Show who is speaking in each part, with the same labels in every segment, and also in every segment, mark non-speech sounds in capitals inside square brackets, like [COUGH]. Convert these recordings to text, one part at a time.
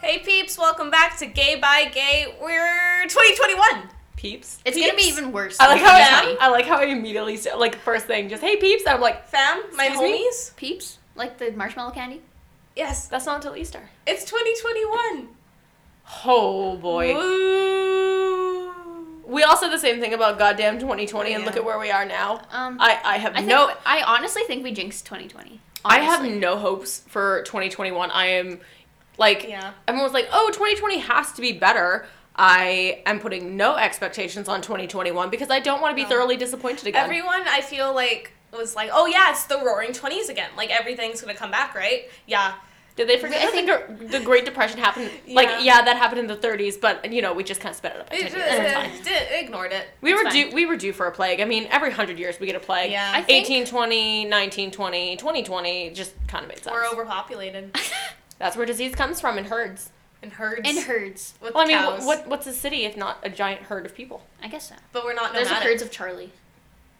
Speaker 1: Hey peeps, welcome back to Gay by Gay. We're 2021.
Speaker 2: peeps.
Speaker 3: It's
Speaker 2: peeps.
Speaker 3: gonna be even worse.
Speaker 2: I like how I,
Speaker 1: Yeah.
Speaker 2: I like how I immediately said like first thing just hey peeps. I'm like
Speaker 1: Fam, my
Speaker 2: Excuse me?
Speaker 1: homies.
Speaker 3: peeps like the marshmallow candy.
Speaker 1: Yes,
Speaker 2: that's not until Easter.
Speaker 1: it's 2021.
Speaker 2: Oh boy.
Speaker 1: Woo.
Speaker 2: We all said the same thing about goddamn 2020 and
Speaker 1: Yeah.
Speaker 2: look at where we are now.
Speaker 3: Um,
Speaker 2: I I have
Speaker 3: I think,
Speaker 2: no
Speaker 3: I honestly think we jinxed 2020.
Speaker 2: I have
Speaker 3: Honestly.
Speaker 2: no hopes for 2021. I am like
Speaker 1: Yeah.
Speaker 2: everyone's like, "Oh, 2020 has to be better." I am putting no expectations on 2021 because I don't want to be
Speaker 1: No.
Speaker 2: thoroughly disappointed again.
Speaker 1: Everyone, I feel like was like, oh yeah, it's the Roaring Twenties again. Like everything's gonna come back, right? Yeah.
Speaker 2: Did they forget
Speaker 3: I
Speaker 2: that the Gr- the, Great Depression happened? Like,
Speaker 1: Yeah.
Speaker 2: yeah, that happened in the 30s, but you know, we just kind of sped it up. by
Speaker 1: It,
Speaker 2: 10 years. It's fine.
Speaker 1: [LAUGHS] it- it- ignored it.
Speaker 2: We
Speaker 1: It's
Speaker 2: were
Speaker 1: fine.
Speaker 2: due. We were due for a plague. I mean, every hundred years we get a plague.
Speaker 1: Yeah.
Speaker 3: I think-
Speaker 2: 1820, 1920, 2020 just kind of made sense.
Speaker 1: We're overpopulated
Speaker 2: That's where disease comes from in herds.
Speaker 1: in herds.
Speaker 3: [LAUGHS] in herds.
Speaker 1: With
Speaker 2: Well, I mean, wh-
Speaker 1: cows.
Speaker 2: what what's a city if not a giant herd of people?
Speaker 3: I guess so.
Speaker 1: But we're not
Speaker 3: There's a
Speaker 1: nomadic.
Speaker 3: herds of Charlie.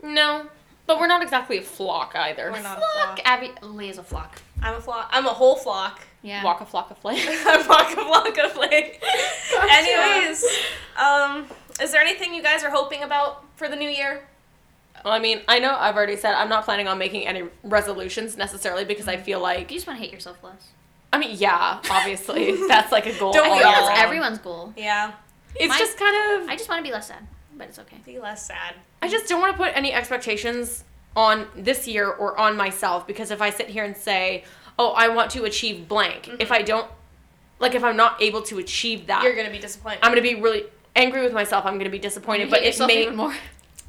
Speaker 2: No, but we're not exactly a flock either.
Speaker 1: We're not. A
Speaker 3: Flock.
Speaker 1: flock.
Speaker 3: Abby Lee is a flock.
Speaker 1: I'm a flock. I'm a whole flock. [LAUGHS]
Speaker 3: Yeah.
Speaker 2: Walk a flock of flame.
Speaker 1: I'm Waka
Speaker 2: [LAUGHS]
Speaker 1: Flocka Flake.
Speaker 2: Gotcha.
Speaker 1: Anyways, um, is there anything you guys are hoping about for the new year?
Speaker 2: well, I mean, I know I've already said I'm not planning on making any resolutions necessarily because I feel like
Speaker 3: You just want to hate yourself less.
Speaker 2: I mean, yeah,
Speaker 3: [LAUGHS]
Speaker 2: obviously that's like a goal.
Speaker 1: Don't
Speaker 2: all
Speaker 1: we
Speaker 2: year
Speaker 3: I think
Speaker 1: all?
Speaker 2: round.
Speaker 3: that's everyone's goal.
Speaker 1: Yeah,
Speaker 2: It's
Speaker 3: My-
Speaker 2: just kind of
Speaker 3: I just want to be less sad, but it's okay.
Speaker 1: be less sad.
Speaker 2: I just don't want to put any expectations on this year or on myself because if I sit here and say, "Oh, I want to achieve blank," if
Speaker 3: Mm-hmm.
Speaker 2: I don't like if I'm not able to achieve that,
Speaker 1: You're gonna be disappointed.
Speaker 2: I'm going to be really angry with myself. I'm going to be disappointed,
Speaker 3: You
Speaker 2: but
Speaker 3: hate
Speaker 2: it
Speaker 3: yourself
Speaker 2: may [LAUGHS]
Speaker 3: even more.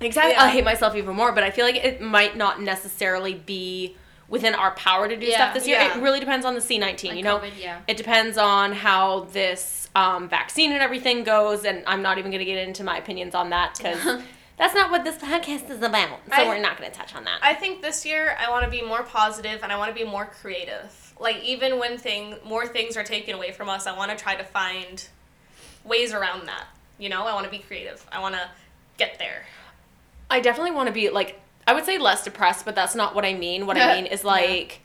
Speaker 2: Exactly.
Speaker 1: Yeah.
Speaker 2: I'll hate myself even more, but I feel like it might not necessarily be within our power to do
Speaker 3: Yeah.
Speaker 2: stuff this year.
Speaker 1: Yeah.
Speaker 2: It really depends on the C19,
Speaker 3: Like
Speaker 2: you know.
Speaker 3: COVID, yeah.
Speaker 2: It depends on how this um, vaccine and everything goes, and I'm not even going to get into my opinions on that because [LAUGHS] that's not what this podcast is about. So
Speaker 1: I-
Speaker 2: we're not going to touch on that.
Speaker 1: I think this year I want to be more positive and I want to be more creative. Like even when thing more things are taken away from us, I want to try to find ways around that. You know, I want to be creative. I want to get there.
Speaker 2: I definitely want to be like I would say less depressed, but that's not what I mean. [LAUGHS] What I mean is
Speaker 3: Yeah.
Speaker 2: like.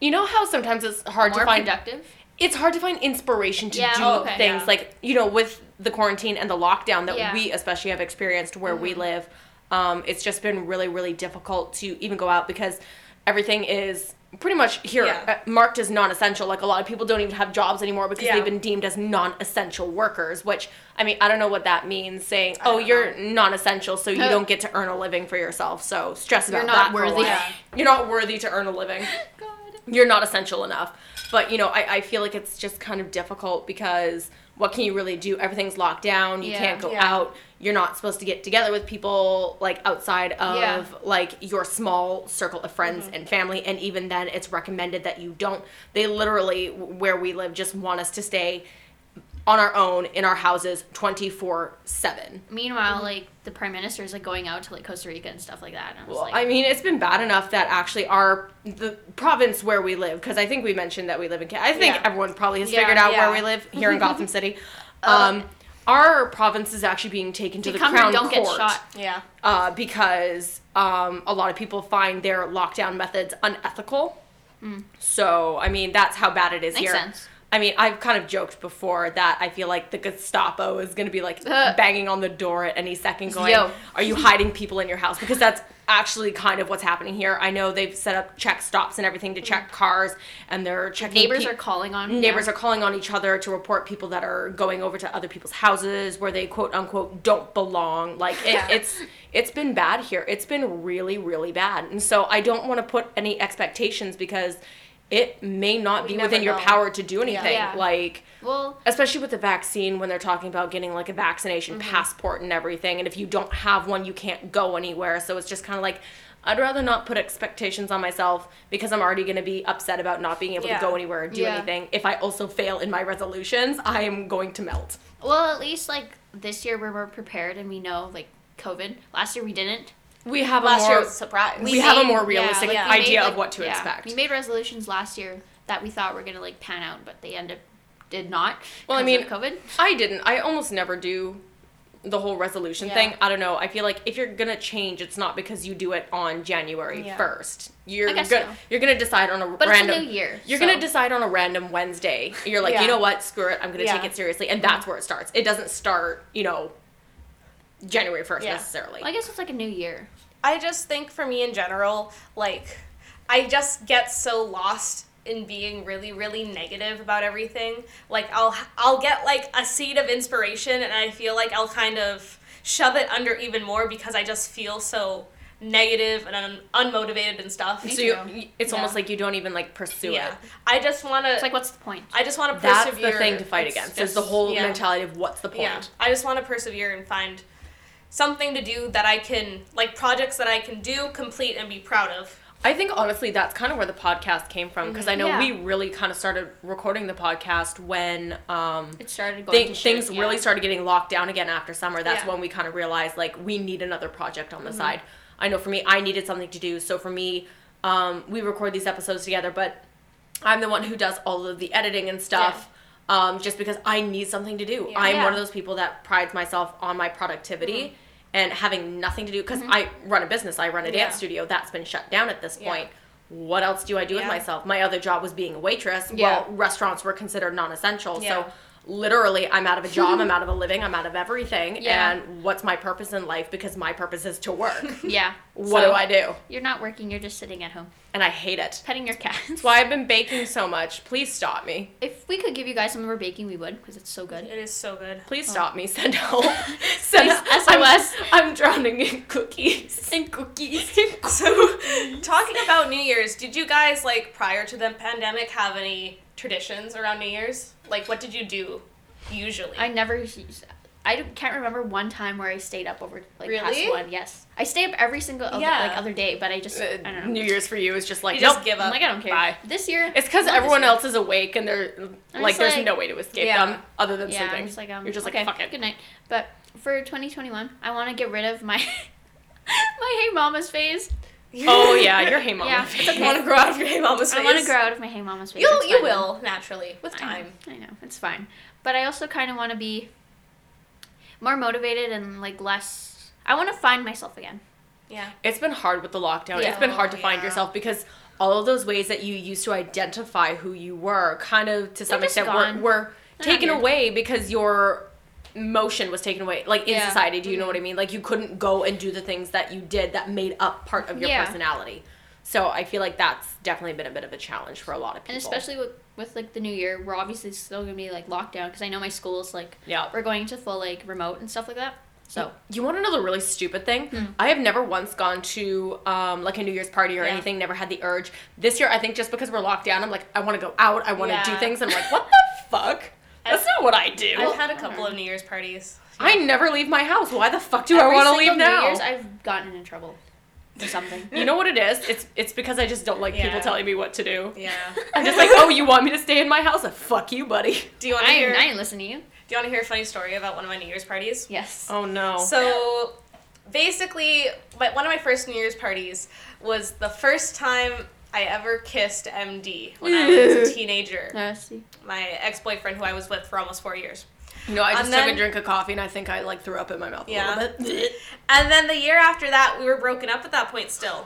Speaker 2: You know how sometimes it's hard
Speaker 3: more
Speaker 2: to find
Speaker 3: productive.
Speaker 2: it's hard to find inspiration to
Speaker 3: Yeah,
Speaker 2: do
Speaker 3: oh, okay.
Speaker 2: things
Speaker 1: Yeah.
Speaker 2: like you know with the quarantine and the lockdown that
Speaker 3: Yeah. Mm-hmm.
Speaker 2: we especially have experienced where we live um, it's just been really really difficult to even go out because everything is pretty much here
Speaker 1: Yeah.
Speaker 2: uh, marked as non-essential like a lot of people don't even have jobs anymore because
Speaker 1: Yeah.
Speaker 2: they've been deemed as non-essential workers which i mean i don't know what that means saying oh
Speaker 1: don't
Speaker 2: you're non-essential so
Speaker 3: [LAUGHS]
Speaker 2: you
Speaker 3: Uh.
Speaker 2: don't get to earn a living for yourself so stress about
Speaker 3: You're
Speaker 2: that
Speaker 3: not
Speaker 2: for a
Speaker 3: worthy.
Speaker 2: while. you're not worthy to earn a living
Speaker 3: God.
Speaker 2: you're not essential enough. But you know, I, I feel like it's just kind of difficult because what can you really do? Everything's locked down. You
Speaker 3: Yeah.
Speaker 2: can't go
Speaker 1: Yeah.
Speaker 2: out. You're not supposed to get together with people like outside of
Speaker 3: Yeah.
Speaker 2: like your small circle of friends
Speaker 1: Mm-hmm.
Speaker 2: and family. And even then, it's recommended that you don't. They literally w- where we live just want us to stay on our own in our houses twenty four seven.
Speaker 3: Meanwhile, like the prime minister is like going out to like Costa Rica and stuff like that. And I was
Speaker 2: Well,
Speaker 3: like,
Speaker 2: I mean, it's been bad enough that actually our the province where we live, because I think we mentioned that we live in. Ca- I think
Speaker 1: Yeah.
Speaker 2: everyone probably has
Speaker 3: Yeah,
Speaker 2: figured out
Speaker 1: yeah.
Speaker 2: where we live here in
Speaker 3: [LAUGHS]
Speaker 2: Gotham City. Um, our province is actually being taken to
Speaker 3: to
Speaker 2: the
Speaker 3: come
Speaker 2: crown
Speaker 3: here, don't
Speaker 2: court
Speaker 3: get shot.
Speaker 1: Yeah.
Speaker 2: uh, because um, a lot of people find their lockdown methods unethical. So, I mean, that's how bad it is
Speaker 3: Makes
Speaker 2: here.
Speaker 3: sense.
Speaker 2: I mean, I've kind of joked before that I feel like the Gestapo is going to be
Speaker 3: [LAUGHS]
Speaker 2: like
Speaker 3: Ugh.
Speaker 2: banging on the door at any second, going,
Speaker 3: Yo.
Speaker 2: "Are you hiding people in your house?" Because that's actually kind of what's happening here. I know they've set up check stops and everything to check cars, and they're checking
Speaker 3: Neighbors
Speaker 2: pe-
Speaker 3: are calling on
Speaker 2: neighbors
Speaker 3: yeah.
Speaker 2: are calling on each other to report people that are going over to other people's houses where they quote unquote don't belong like it,
Speaker 1: Yeah.
Speaker 2: it's it's been bad here it's been really really bad and so i don't want to put any expectations because it may not be
Speaker 1: never
Speaker 2: within your
Speaker 1: know.
Speaker 2: power to do anything
Speaker 3: Yeah.
Speaker 2: like
Speaker 3: Well,
Speaker 2: especially with the vaccine when they're talking about getting like a vaccination
Speaker 1: Mm-hmm.
Speaker 2: passport and everything and if you don't have one you can't go anywhere so it's just kind of like i'd rather not put expectations on myself because i'm already going to be upset about not being able
Speaker 1: Yeah.
Speaker 2: to go anywhere or do
Speaker 3: Yeah.
Speaker 2: anything if i also fail in my resolutions i am going to melt
Speaker 3: well, at least like this year we're more prepared and we know like COVID. Last year we didn't.
Speaker 2: we have
Speaker 1: Last
Speaker 2: a
Speaker 1: year
Speaker 2: more
Speaker 1: was a surprise.
Speaker 2: we
Speaker 3: We
Speaker 2: have a
Speaker 3: made-
Speaker 2: more
Speaker 3: yeah,
Speaker 2: realistic
Speaker 1: like,
Speaker 3: We
Speaker 2: idea
Speaker 3: made,
Speaker 2: of
Speaker 3: like-
Speaker 2: what to
Speaker 3: yeah,
Speaker 2: expect
Speaker 3: We made resolutions last year that we thought were gonna like pan out, but they ended did not.
Speaker 2: Well, I
Speaker 3: 'cause
Speaker 2: mean,
Speaker 3: of COVID.
Speaker 2: i didn't i almost never do the whole resolution
Speaker 3: Yeah.
Speaker 2: thing. I don't know. I feel like if you're gonna change, it's not because you do it on January
Speaker 1: Yeah.
Speaker 2: first. You're
Speaker 3: I
Speaker 2: gonna
Speaker 3: guess so.
Speaker 2: you're gonna decide on a
Speaker 3: But
Speaker 2: random.
Speaker 3: it's a new year.
Speaker 2: you're
Speaker 3: so-
Speaker 2: gonna decide on a random Wednesday. You're like,
Speaker 1: Yeah.
Speaker 2: you know what? Screw it. I'm gonna
Speaker 1: Yeah.
Speaker 2: take it seriously, and that's where it starts. It doesn't start, you know, January first
Speaker 1: Yeah.
Speaker 2: necessarily.
Speaker 3: Well, I guess it's like a new year.
Speaker 1: I just think for me in general, like, I just get so lost in being really, really negative about everything. Like, I'll I'll get like a seed of inspiration, and I feel like I'll kind of shove it under even more because I just feel so negative and un- unmotivated and stuff.
Speaker 3: Me
Speaker 2: so you,
Speaker 3: too.
Speaker 2: y- it's
Speaker 3: Yeah.
Speaker 2: almost like you don't even like pursue
Speaker 1: yeah,
Speaker 2: it.
Speaker 1: I just want
Speaker 3: It's
Speaker 1: to.
Speaker 3: like, what's the point?
Speaker 1: I just want to
Speaker 2: That's
Speaker 1: persevere.
Speaker 2: the thing to fight
Speaker 1: It's
Speaker 2: against. is
Speaker 1: just-
Speaker 2: the whole
Speaker 1: yeah.
Speaker 2: mentality of what's the point.
Speaker 1: Yeah, I just want to persevere and find something to do that I can like projects that I can do, complete, and be proud of.
Speaker 2: I think honestly that's kind of where the podcast came from because I know
Speaker 3: Yeah.
Speaker 2: we really kind of started recording the podcast when um
Speaker 3: It started going.
Speaker 2: thi-
Speaker 3: to shit,
Speaker 2: things
Speaker 3: yeah.
Speaker 2: really started getting locked down again after summer. That's
Speaker 1: Yeah.
Speaker 2: when we kind of realized like we need another project on the side. I know for me I needed something to do. So for me um we record these episodes together but I'm the one who does all of the editing and stuff. Um, just because I need something to do.
Speaker 1: Yeah.
Speaker 2: I'm
Speaker 3: Yeah.
Speaker 2: one of those people that prides myself on my productivity and having nothing to do because I run a business, I run a
Speaker 1: Yeah.
Speaker 2: dance studio that's been shut down at this
Speaker 1: Yeah.
Speaker 2: point. What else do I do with
Speaker 1: Yeah.
Speaker 2: myself? My other job was being a waitress.
Speaker 3: Yeah.
Speaker 2: Well, restaurants were considered non essential.
Speaker 1: Yeah.
Speaker 2: So literally, I'm out of a
Speaker 3: [LAUGHS]
Speaker 2: job, I'm out of a living, I'm out of everything.
Speaker 3: Yeah.
Speaker 2: And what's my purpose in life? Because my purpose is to
Speaker 3: [LAUGHS]
Speaker 2: work.
Speaker 3: Yeah.
Speaker 2: [LAUGHS] what
Speaker 3: So,
Speaker 2: do I do?
Speaker 3: You're not working. You're just sitting at home
Speaker 2: And I hate it.
Speaker 3: petting your cats.
Speaker 2: That's why I've been baking so much. Please stop me.
Speaker 3: If we could give you guys some of our baking, we would because it's so
Speaker 1: It
Speaker 3: good.
Speaker 1: is so good.
Speaker 2: Please stop
Speaker 3: [LAUGHS]
Speaker 2: me. Send help. Send
Speaker 3: Oh. Please,
Speaker 2: I'm,
Speaker 3: SOS.
Speaker 2: I'm drowning in
Speaker 3: [LAUGHS]
Speaker 2: cookies. And [LAUGHS] cookies.
Speaker 1: So, talking about New Year's, did you guys like prior to the pandemic have any traditions around New Year's? Like, what did you do usually?
Speaker 3: I never. I don't- can't remember one time where I stayed up over like
Speaker 1: Really?
Speaker 3: past one. Yes, I stay up every single other,
Speaker 1: Yeah.
Speaker 3: like other day, but I just [LAUGHS] I
Speaker 2: Uh,
Speaker 3: don't know.
Speaker 2: New Year's for you is just like
Speaker 1: you
Speaker 2: nope.
Speaker 1: just give
Speaker 3: I'm
Speaker 1: up.
Speaker 3: like I don't care.
Speaker 2: Bye.
Speaker 3: This year
Speaker 2: It's because
Speaker 3: not this
Speaker 2: everyone
Speaker 3: year.
Speaker 2: else is awake and they're like,
Speaker 3: just
Speaker 2: there's
Speaker 3: like-
Speaker 2: no way to escape
Speaker 1: Yeah.
Speaker 2: them other than
Speaker 3: yeah,
Speaker 2: sleeping.
Speaker 3: I'm just like um,
Speaker 2: You're just like
Speaker 3: okay,
Speaker 2: fuck it.
Speaker 3: Good night. But for 2021, I want to get rid of my [LAUGHS] my hey mama's phase.
Speaker 2: [LAUGHS]
Speaker 3: [LAUGHS]
Speaker 2: Oh yeah, you're hey mama.
Speaker 3: Yeah, it's okay.
Speaker 2: You want to grow out of your hey mama's face.
Speaker 3: I want to grow out of my hey mama's
Speaker 1: [LAUGHS]
Speaker 3: phase.
Speaker 1: You
Speaker 3: It's
Speaker 1: you
Speaker 3: fine.
Speaker 1: will naturally with
Speaker 3: I know,
Speaker 1: time.
Speaker 3: I know, it's fine. But I also kind of want to be more motivated and like less. I want to find myself again.
Speaker 1: Yeah.
Speaker 2: It's been hard with the lockdown.
Speaker 3: Yeah.
Speaker 2: It's been hard to
Speaker 1: Oh,
Speaker 2: find
Speaker 1: yeah.
Speaker 2: yourself because all of those ways that you used to identify who you were, kind of to some
Speaker 3: They're just
Speaker 2: extent, were,
Speaker 3: gone.
Speaker 2: were
Speaker 3: They're not
Speaker 2: taken
Speaker 3: here.
Speaker 2: away because your motion was taken away. Like in
Speaker 1: Yeah.
Speaker 2: society, do you know
Speaker 3: Mm-hmm.
Speaker 2: what I mean? Like you couldn't go and do the things that you did that made up part of your
Speaker 3: Yeah.
Speaker 2: personality. So I feel like that's definitely been a bit of a challenge for a lot of people.
Speaker 3: And especially with, with like the new year, we're obviously still gonna be like locked down because I know my school's like
Speaker 2: yeah.
Speaker 3: we're going to full like remote and stuff like that. So
Speaker 2: You want to know the really stupid thing? I have never once gone to um, like a New Year's party or
Speaker 1: Yeah.
Speaker 2: anything. Never had the urge. This year, I think just because we're locked down, I'm like, I want to go out. I want to do
Speaker 1: Yeah.
Speaker 2: things. I'm like, what the fuck? That's not what I do.
Speaker 1: I've had a couple of New Year's
Speaker 2: [LAUGHS]
Speaker 1: parties.
Speaker 2: I never leave my house. Why the fuck do I
Speaker 3: every
Speaker 2: want to
Speaker 3: single
Speaker 2: leave now?
Speaker 3: New Year's, I've gotten in trouble for something.
Speaker 1: [LAUGHS]
Speaker 2: you know what it is? It's it's because I just don't like people
Speaker 1: Yeah.
Speaker 2: telling me what to do.
Speaker 1: Yeah.
Speaker 2: I'm just
Speaker 3: [LAUGHS]
Speaker 2: like, oh, you want me to stay in my house? Uh, fuck you, buddy.
Speaker 1: Do you want
Speaker 3: I
Speaker 1: to
Speaker 3: ain't,
Speaker 1: hear?
Speaker 3: I ain't listening to you.
Speaker 1: Do you want to hear a funny story about one of my New Year's parties?
Speaker 3: Yes.
Speaker 2: Oh no.
Speaker 1: So basically, my, one of my first New Year's parties was the first time I ever kissed MD when I
Speaker 2: [LAUGHS]
Speaker 1: was a teenager.
Speaker 3: Uh, see.
Speaker 1: My ex boyfriend, who I was with for almost four years.
Speaker 2: you know, I
Speaker 1: and
Speaker 2: just took
Speaker 1: then-
Speaker 2: a drink of coffee and I think I like threw up in my mouth
Speaker 1: Yeah.
Speaker 2: a little bit. [LAUGHS]
Speaker 1: And then the year after that, we were broken up at that point still.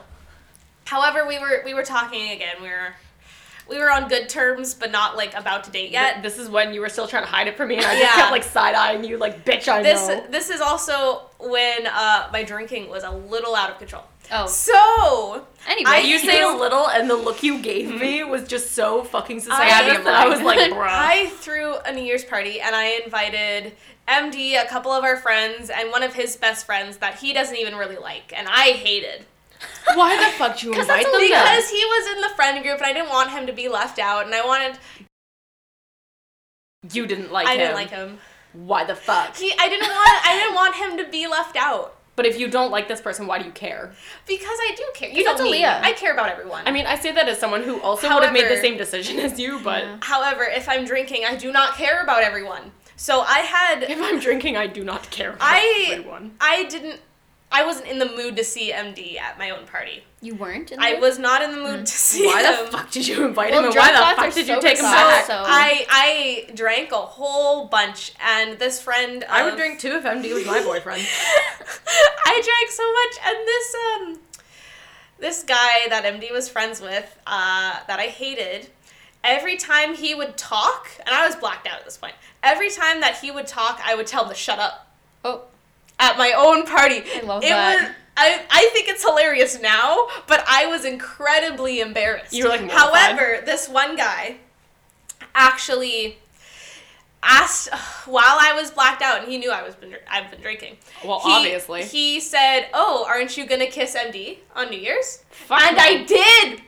Speaker 1: However, we were we were talking again. We were we were on good terms, but not like about to date yet.
Speaker 2: Th- this is when you were still trying to hide it from me, and I just
Speaker 1: Yeah.
Speaker 2: kept like side eyeing you, like, bitch, I
Speaker 1: This [LAUGHS]
Speaker 2: know.
Speaker 1: this is also when uh, my drinking was a little out of control.
Speaker 3: Oh.
Speaker 1: So
Speaker 3: Anyway,
Speaker 1: I-
Speaker 2: You say a little, and the look you gave me was just so fucking
Speaker 1: gotta
Speaker 2: suspicious.
Speaker 1: be
Speaker 2: that I was like,
Speaker 3: lying.
Speaker 2: bruh.
Speaker 1: I threw a New Year's party and I invited MD, a couple of our friends, and one of his best friends that he doesn't even really like, and I hated.
Speaker 2: [LAUGHS] why the fuck do you
Speaker 3: 'Cause
Speaker 2: invite
Speaker 3: that's
Speaker 2: them?
Speaker 3: a- Yeah.
Speaker 1: Because he was in the friend group and I didn't want him to be left out, and I wanted
Speaker 2: then? You didn't like
Speaker 1: I
Speaker 2: him.
Speaker 1: didn't like him.
Speaker 2: Why the fuck?
Speaker 1: He I didn't want I didn't want him to be left out.
Speaker 2: But if you don't like this person, why do you care?
Speaker 1: Because I do care. You
Speaker 3: Because
Speaker 1: know
Speaker 3: that's
Speaker 1: me.
Speaker 3: Aaliyah.
Speaker 1: I care about everyone.
Speaker 2: I mean, I say that as someone who also would have made the
Speaker 1: However-
Speaker 2: same decision as you, but
Speaker 3: Yeah.
Speaker 1: However, if I'm drinking, I do not care about everyone. So I had
Speaker 2: if I'm drinking, I do not care about
Speaker 1: I [LAUGHS]
Speaker 2: everyone.
Speaker 1: I didn't I wasn't in the mood to see MD at my own party.
Speaker 3: You weren't. In
Speaker 1: I
Speaker 3: the-
Speaker 1: was not in Mm-hmm. Mm. the mood to see
Speaker 2: Why
Speaker 1: him.
Speaker 2: the fuck did you invite
Speaker 3: Well,
Speaker 2: him? And
Speaker 3: drunk
Speaker 2: why
Speaker 3: thoughts
Speaker 2: the
Speaker 3: are
Speaker 2: fuck did you
Speaker 3: sober
Speaker 2: take him
Speaker 1: So
Speaker 3: thoughts,
Speaker 2: back?
Speaker 3: so-
Speaker 1: I I drank a whole bunch, and this friend.
Speaker 2: I would
Speaker 1: of-
Speaker 2: drink two if MD was my boyfriend.
Speaker 1: [LAUGHS] I drank so much, and this um, this guy that MD was friends with, uh, that I hated. Every time he would talk, and I was blacked out at this point. Every time that he would talk, I would tell him to shut up
Speaker 3: Oh,
Speaker 1: at my own party.
Speaker 3: I love
Speaker 1: it
Speaker 3: that.
Speaker 1: Was, I, I think it's hilarious now, but I was incredibly embarrassed.
Speaker 2: You were, like, mortified.
Speaker 1: however, this one guy actually asked while I was blacked out, and he knew I was been I've been drinking.
Speaker 2: Well,
Speaker 1: He-
Speaker 2: obviously.
Speaker 1: he said, "Oh, aren't you gonna kiss MD on New Year's?"
Speaker 2: Fuck
Speaker 1: and
Speaker 2: no.
Speaker 1: I did.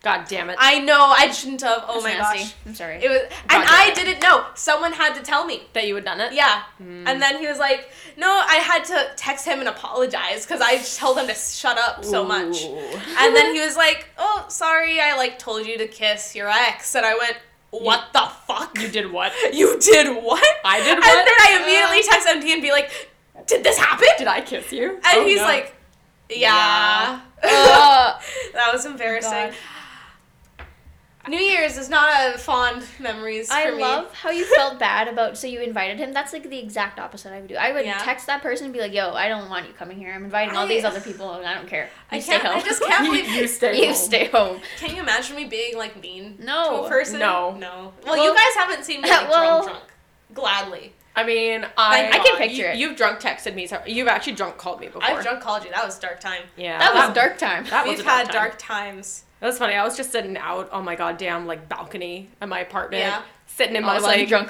Speaker 2: God damn it.
Speaker 1: I know I shouldn't have. Oh
Speaker 3: that's
Speaker 1: my
Speaker 3: nasty.
Speaker 1: gosh,
Speaker 3: I'm [LAUGHS] sorry.
Speaker 1: it was, and
Speaker 2: God damn
Speaker 1: I
Speaker 2: it.
Speaker 1: didn't know. Someone had to tell me.
Speaker 2: that you had done it?
Speaker 1: Yeah.
Speaker 2: Hmm.
Speaker 1: And then he was like, "No, I had to text him and apologize because I told him to shut up so [LAUGHS] much."
Speaker 2: Ooh.
Speaker 1: And then he was like, "Oh, sorry, I like told you to kiss your ex," and I went, "What [LAUGHS] the fuck?
Speaker 2: You did what?
Speaker 1: You did what?
Speaker 2: I did
Speaker 1: And
Speaker 2: what? Uh.
Speaker 1: then I immediately text MT and be like, "Did this happen?"
Speaker 2: [LAUGHS] Did I kiss you? Oh, And
Speaker 1: And he's like, "Yeah." [LAUGHS]
Speaker 2: Oh.
Speaker 3: Uh,
Speaker 1: that was embarrassing.
Speaker 3: God.
Speaker 1: New Year's is not a fond memories
Speaker 3: I
Speaker 1: for me.
Speaker 3: love how you felt [LAUGHS] bad about so you invited him. That's like the exact opposite I would do. I would
Speaker 1: Yeah.
Speaker 3: text that person and be like, "Yo, I don't want you coming here. I'm inviting all
Speaker 1: I-
Speaker 3: these other people, and I don't care. You
Speaker 1: I
Speaker 3: stay
Speaker 1: can't.
Speaker 3: home.
Speaker 1: I just can't
Speaker 2: you,
Speaker 1: believe
Speaker 2: you stay.
Speaker 3: you
Speaker 2: home.
Speaker 3: stay home.
Speaker 1: Can you imagine me being like mean
Speaker 3: No.
Speaker 1: to a person?
Speaker 2: No.
Speaker 1: no. Well,
Speaker 3: Well-
Speaker 1: you guys haven't seen me
Speaker 2: [LAUGHS]
Speaker 1: like
Speaker 3: Well-
Speaker 1: drunk, drunk. Gladly,
Speaker 2: I mean, I,
Speaker 1: I can
Speaker 2: God,
Speaker 3: picture
Speaker 2: you,
Speaker 3: it.
Speaker 2: You've drunk texted me. So you've actually drunk called me before.
Speaker 1: I've drunk called you. That was dark time.
Speaker 2: Yeah.
Speaker 3: That was dark time. [LAUGHS]
Speaker 2: That was
Speaker 1: We've
Speaker 2: a dark
Speaker 1: had
Speaker 2: time.
Speaker 1: dark times.
Speaker 2: That was funny. I was just sitting out on my goddamn like balcony at my apartment.
Speaker 1: Yeah.
Speaker 2: Sitting in
Speaker 3: All
Speaker 2: my
Speaker 3: of a sudden,
Speaker 2: like
Speaker 3: drunk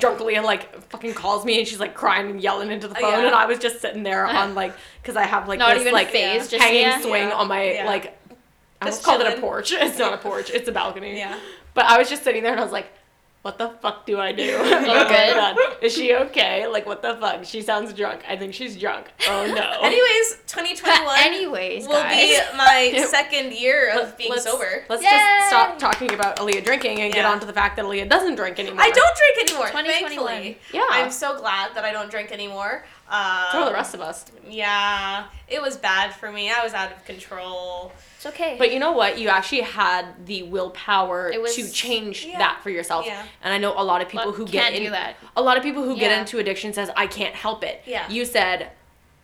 Speaker 2: [LAUGHS] drunk Aaliyah, like fucking calls me and she's like crying and yelling into the
Speaker 1: Oh,
Speaker 2: phone
Speaker 1: yeah.
Speaker 2: and I was just sitting there on like because I have like
Speaker 3: Not
Speaker 2: this
Speaker 3: even
Speaker 2: like
Speaker 3: phased, just-
Speaker 2: hanging
Speaker 3: yeah.
Speaker 2: swing
Speaker 1: Yeah.
Speaker 2: on my
Speaker 1: Yeah.
Speaker 2: like I
Speaker 1: Just
Speaker 2: almost called it a
Speaker 1: chilling.
Speaker 2: porch. [LAUGHS] It's not a porch. It's a balcony.
Speaker 1: Yeah.
Speaker 2: But I was just sitting there and I was like, what the fuck do I do? [LAUGHS] oh my
Speaker 3: good?
Speaker 2: God. Is she okay? Like what the fuck? She sounds drunk. I think she's drunk. Oh no.
Speaker 1: Anyways, 2021
Speaker 2: [LAUGHS]
Speaker 3: Anyways,
Speaker 1: will
Speaker 3: guys.
Speaker 1: be my second year of being
Speaker 2: let's,
Speaker 1: sober.
Speaker 2: Let's
Speaker 3: Yay!
Speaker 2: just stop talking about Aaliyah drinking and get
Speaker 1: Yeah.
Speaker 2: on to the fact that Aaliyah doesn't drink anymore.
Speaker 1: I don't drink anymore.
Speaker 3: 2021.
Speaker 1: Thankfully,
Speaker 2: Yeah.
Speaker 1: I'm so glad that I don't drink anymore. Um,
Speaker 2: So are the rest of us.
Speaker 1: Yeah, it was bad for me. I was out of control.
Speaker 3: it's okay.
Speaker 2: But you know what? You actually had the willpower
Speaker 3: It was-
Speaker 2: to change
Speaker 1: Yeah.
Speaker 2: that for yourself.
Speaker 1: Yeah.
Speaker 2: And I know a lot of people
Speaker 3: But
Speaker 2: who get
Speaker 3: can't
Speaker 2: in,
Speaker 3: do that.
Speaker 2: a lot of people who
Speaker 3: Yeah.
Speaker 2: get into addiction says I can't help it.
Speaker 1: Yeah.
Speaker 2: You said,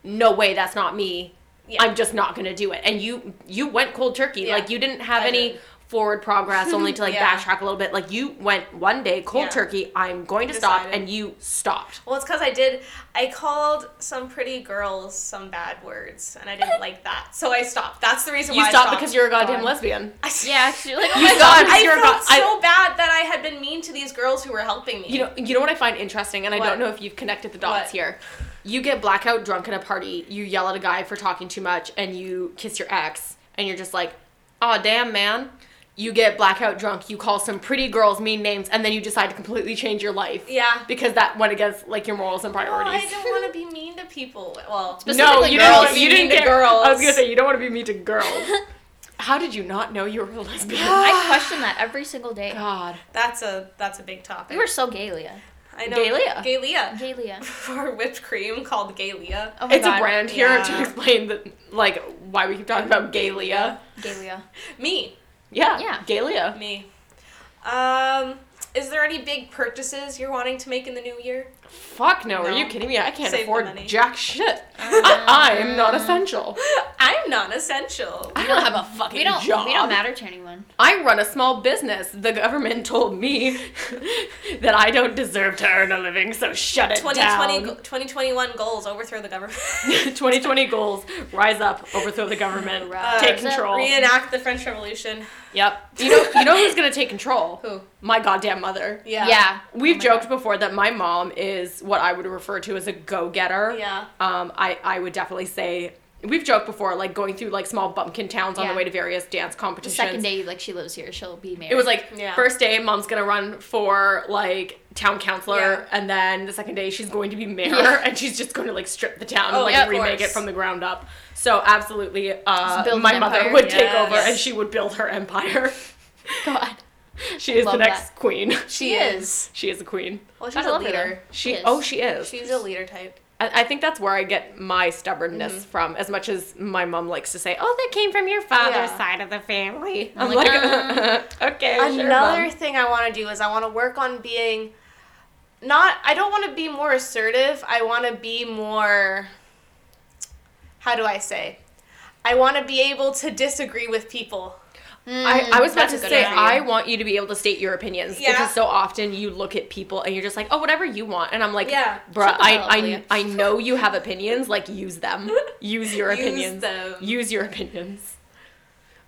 Speaker 2: no way, that's not me.
Speaker 1: Yeah.
Speaker 2: I'm just not gonna do it. And you you went cold turkey.
Speaker 1: Yeah.
Speaker 2: Like you didn't have
Speaker 1: I
Speaker 2: any
Speaker 1: did.
Speaker 2: forward progress, only to like
Speaker 1: [LAUGHS] Yeah.
Speaker 2: backtrack a little bit. Like you went one day cold
Speaker 1: Yeah.
Speaker 2: turkey. I'm going to stop,
Speaker 1: Decided.
Speaker 2: and you stopped.
Speaker 1: Well, it's because I did. I called some pretty girls some bad words, and I didn't like that, so I stopped. That's the reason
Speaker 2: You
Speaker 1: why
Speaker 2: stopped
Speaker 1: I stopped
Speaker 2: because you're a goddamn
Speaker 3: God.
Speaker 2: lesbian.
Speaker 1: [LAUGHS] I,
Speaker 3: yeah, she's
Speaker 2: [LAUGHS]
Speaker 3: like, oh
Speaker 2: You
Speaker 3: my
Speaker 2: saw
Speaker 3: god,
Speaker 2: it.
Speaker 1: I
Speaker 2: you're a
Speaker 1: felt
Speaker 2: go- I-
Speaker 1: so bad that I had been mean to these girls who were helping me.
Speaker 2: You know, you know what I find interesting, and I
Speaker 1: What?
Speaker 2: don't know if you've connected the dots
Speaker 1: What?
Speaker 2: here. You get blackout drunk at a party. You yell at a guy for talking too much, and you kiss your ex, and you're just like, "Oh damn, man." You get blackout drunk. You call some pretty girls mean names, and then you decide to completely change your life.
Speaker 1: Yeah.
Speaker 2: because that went against like your morals and
Speaker 1: Oh, I
Speaker 2: priorities. [LAUGHS]
Speaker 1: don't want to be mean to people. Well,
Speaker 2: no,
Speaker 3: Specifically
Speaker 2: you
Speaker 3: girls.
Speaker 2: don't. You
Speaker 1: Mean
Speaker 2: didn't
Speaker 1: to
Speaker 2: get
Speaker 1: girls.
Speaker 2: I was gonna say you don't want to be mean to girls. [LAUGHS] How did you not know you were a lesbian? [SIGHS]
Speaker 3: I question that every single day.
Speaker 2: God,
Speaker 1: that's a that's a big topic.
Speaker 3: You were so gay, Leah.
Speaker 1: I know.
Speaker 2: Galia.
Speaker 1: [LAUGHS] Galia.
Speaker 3: Gay, Leah.
Speaker 1: For whipped cream called Galia.
Speaker 3: Oh my
Speaker 2: it's
Speaker 3: god.
Speaker 2: a brand here
Speaker 1: yeah.
Speaker 2: to explain that, like why we keep talking about gay Leah.
Speaker 3: Gay, Leah.
Speaker 1: Me.
Speaker 2: Yeah.
Speaker 3: Yeah.
Speaker 2: Galia.
Speaker 1: Me. Um. Is there any big purchases you're wanting to make in the new
Speaker 2: [LAUGHS]
Speaker 1: year?
Speaker 2: Fuck no, are
Speaker 1: No.
Speaker 2: you kidding me? I can't
Speaker 1: Save the money.
Speaker 2: afford jack shit. [LAUGHS] I, I'm not essential.
Speaker 1: I'm not essential.
Speaker 2: [LAUGHS] I don't have a fucking
Speaker 3: We don't.
Speaker 2: job.
Speaker 3: We don't matter to anyone.
Speaker 2: I run a small business. The government told me [LAUGHS] that I don't deserve to earn a living, so shut it
Speaker 1: 2020,
Speaker 2: [LAUGHS]
Speaker 1: go-
Speaker 2: down.
Speaker 1: 2021 goals overthrow the
Speaker 2: [LAUGHS]
Speaker 1: government.
Speaker 2: 2020 goals. Rise up, overthrow the government,
Speaker 3: Rise
Speaker 2: take
Speaker 3: up.
Speaker 2: control.
Speaker 1: Reenact the French Revolution.
Speaker 2: Yep. You know, you know who's gonna take control?
Speaker 1: [LAUGHS] Who?
Speaker 2: My goddamn mother.
Speaker 1: Yeah.
Speaker 2: We've
Speaker 3: Oh my
Speaker 2: joked before that my mom is what I would refer to as a go-getter.
Speaker 1: Yeah.
Speaker 2: Um, I, I would definitely say we've joked before, like going through like small bumpkin towns on
Speaker 3: Yeah.
Speaker 2: the way to various dance
Speaker 3: The
Speaker 2: competitions.
Speaker 3: second day, like she lives here, she'll be married.
Speaker 2: It was like
Speaker 1: Yeah.
Speaker 2: first day, mom's gonna run for like town counselor,
Speaker 1: Yeah.
Speaker 2: and then the second day she's going to be mayor,
Speaker 3: Yeah.
Speaker 2: [LAUGHS] and she's just going to like strip the town
Speaker 1: Oh,
Speaker 2: and like
Speaker 1: yeah, of
Speaker 2: remake it
Speaker 1: course.
Speaker 2: from the ground up. So absolutely, uh,
Speaker 3: build
Speaker 2: my
Speaker 3: an
Speaker 2: mother
Speaker 3: empire.
Speaker 2: would take
Speaker 1: Yes.
Speaker 2: over, and she would build her empire.
Speaker 3: [LAUGHS]
Speaker 2: [LAUGHS]
Speaker 3: God.
Speaker 2: She is
Speaker 3: Love
Speaker 2: the next
Speaker 3: that.
Speaker 2: queen. [LAUGHS]
Speaker 1: She
Speaker 3: is.
Speaker 1: is.
Speaker 2: She is a queen.
Speaker 1: Well, she's
Speaker 3: Gotta
Speaker 1: a
Speaker 3: love her,
Speaker 1: leader.
Speaker 2: She
Speaker 3: She is.
Speaker 2: oh she is.
Speaker 1: She's a leader type.
Speaker 2: I, I think that's where I get my stubbornness from. As much as my mom likes to say, "Oh, that came from your father's
Speaker 1: Yeah.
Speaker 2: side of the family," I'm,
Speaker 3: like,
Speaker 2: like, [LAUGHS] okay, sure,
Speaker 1: Another
Speaker 2: Mom."
Speaker 1: thing I want to do is I want to work on being not I don't want to be more assertive. I want to be more how do I say? I want to be able to disagree with people.
Speaker 2: I, I was about
Speaker 3: that's
Speaker 2: to
Speaker 3: a good
Speaker 2: say,
Speaker 3: idea.
Speaker 2: I want you to be able to state your opinions
Speaker 1: Yeah.
Speaker 2: because so often you look at people and you're just like, oh, whatever you want. And I'm like,
Speaker 1: Yeah.
Speaker 2: bruh,
Speaker 3: Shut the
Speaker 2: I,
Speaker 3: hell up,
Speaker 2: I,
Speaker 3: Leah."
Speaker 2: I know you have opinions. Like, use
Speaker 3: [LAUGHS]
Speaker 2: them. Use your
Speaker 1: Use
Speaker 2: opinions.
Speaker 1: them.
Speaker 2: Use your opinions.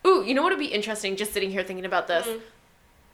Speaker 2: Ooh, you know what would be interesting just sitting here thinking about this?
Speaker 3: Mm-hmm.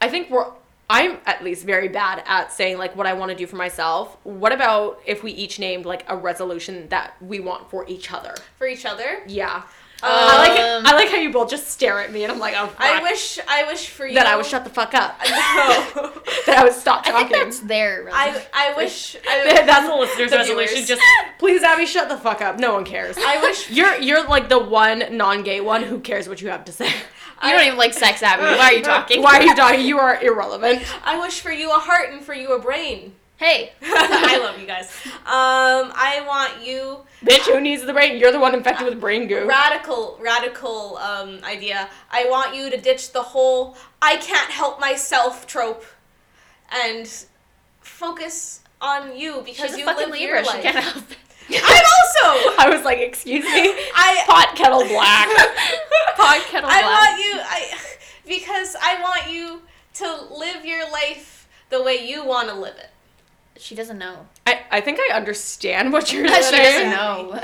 Speaker 2: I think we're. I'm at least very bad at saying like what I want to do for myself. What about if we each named like a resolution that we want for each other?
Speaker 1: For each other.
Speaker 2: Yeah.
Speaker 1: Uh,
Speaker 2: I like it.
Speaker 3: Um,
Speaker 2: I like how you both just stare at me and I'm like, oh,
Speaker 1: I
Speaker 2: fuck
Speaker 1: wish I wish for you
Speaker 2: that I
Speaker 1: [LAUGHS]
Speaker 2: would shut the fuck up. [LAUGHS]
Speaker 1: No.
Speaker 2: that I would stop
Speaker 3: I think
Speaker 2: talking.
Speaker 3: that's there. Really.
Speaker 1: I I wish I, [LAUGHS]
Speaker 2: that's a listener's
Speaker 1: The
Speaker 2: resolution.
Speaker 1: viewers.
Speaker 2: Just please, Abby, shut the fuck up. No one cares.
Speaker 1: I wish
Speaker 2: You're you're like the one non-gay one who cares what you have to [LAUGHS] say.
Speaker 3: you don't even like sex,
Speaker 2: [LAUGHS]
Speaker 3: Abby. Why are you talking?
Speaker 2: Why are you talking? You are irrelevant.
Speaker 1: I wish for you a heart and for you a
Speaker 3: [LAUGHS]
Speaker 1: brain.
Speaker 2: [LAUGHS]
Speaker 3: Hey,
Speaker 1: I love you guys. Um I want you
Speaker 2: Bitch, who needs the brain? You're the one infected with brain goo.
Speaker 1: radical radical um, idea i want you to ditch the whole i can't help myself trope and focus on you because
Speaker 3: she's a
Speaker 1: you
Speaker 3: fucking
Speaker 1: live
Speaker 3: Libra.
Speaker 1: your
Speaker 3: She
Speaker 1: life [LAUGHS]
Speaker 3: can't help. it.
Speaker 1: i'm
Speaker 3: [LAUGHS]
Speaker 1: also
Speaker 2: I was like, excuse me,
Speaker 1: i
Speaker 2: pot kettle [LAUGHS] black.
Speaker 3: Pod kettle
Speaker 1: i
Speaker 3: black.
Speaker 1: want you i because i want you to live your life the way you want to live it
Speaker 3: She doesn't know.
Speaker 2: I, I think I understand what you're
Speaker 3: [LAUGHS] she
Speaker 2: saying.
Speaker 3: doesn't know.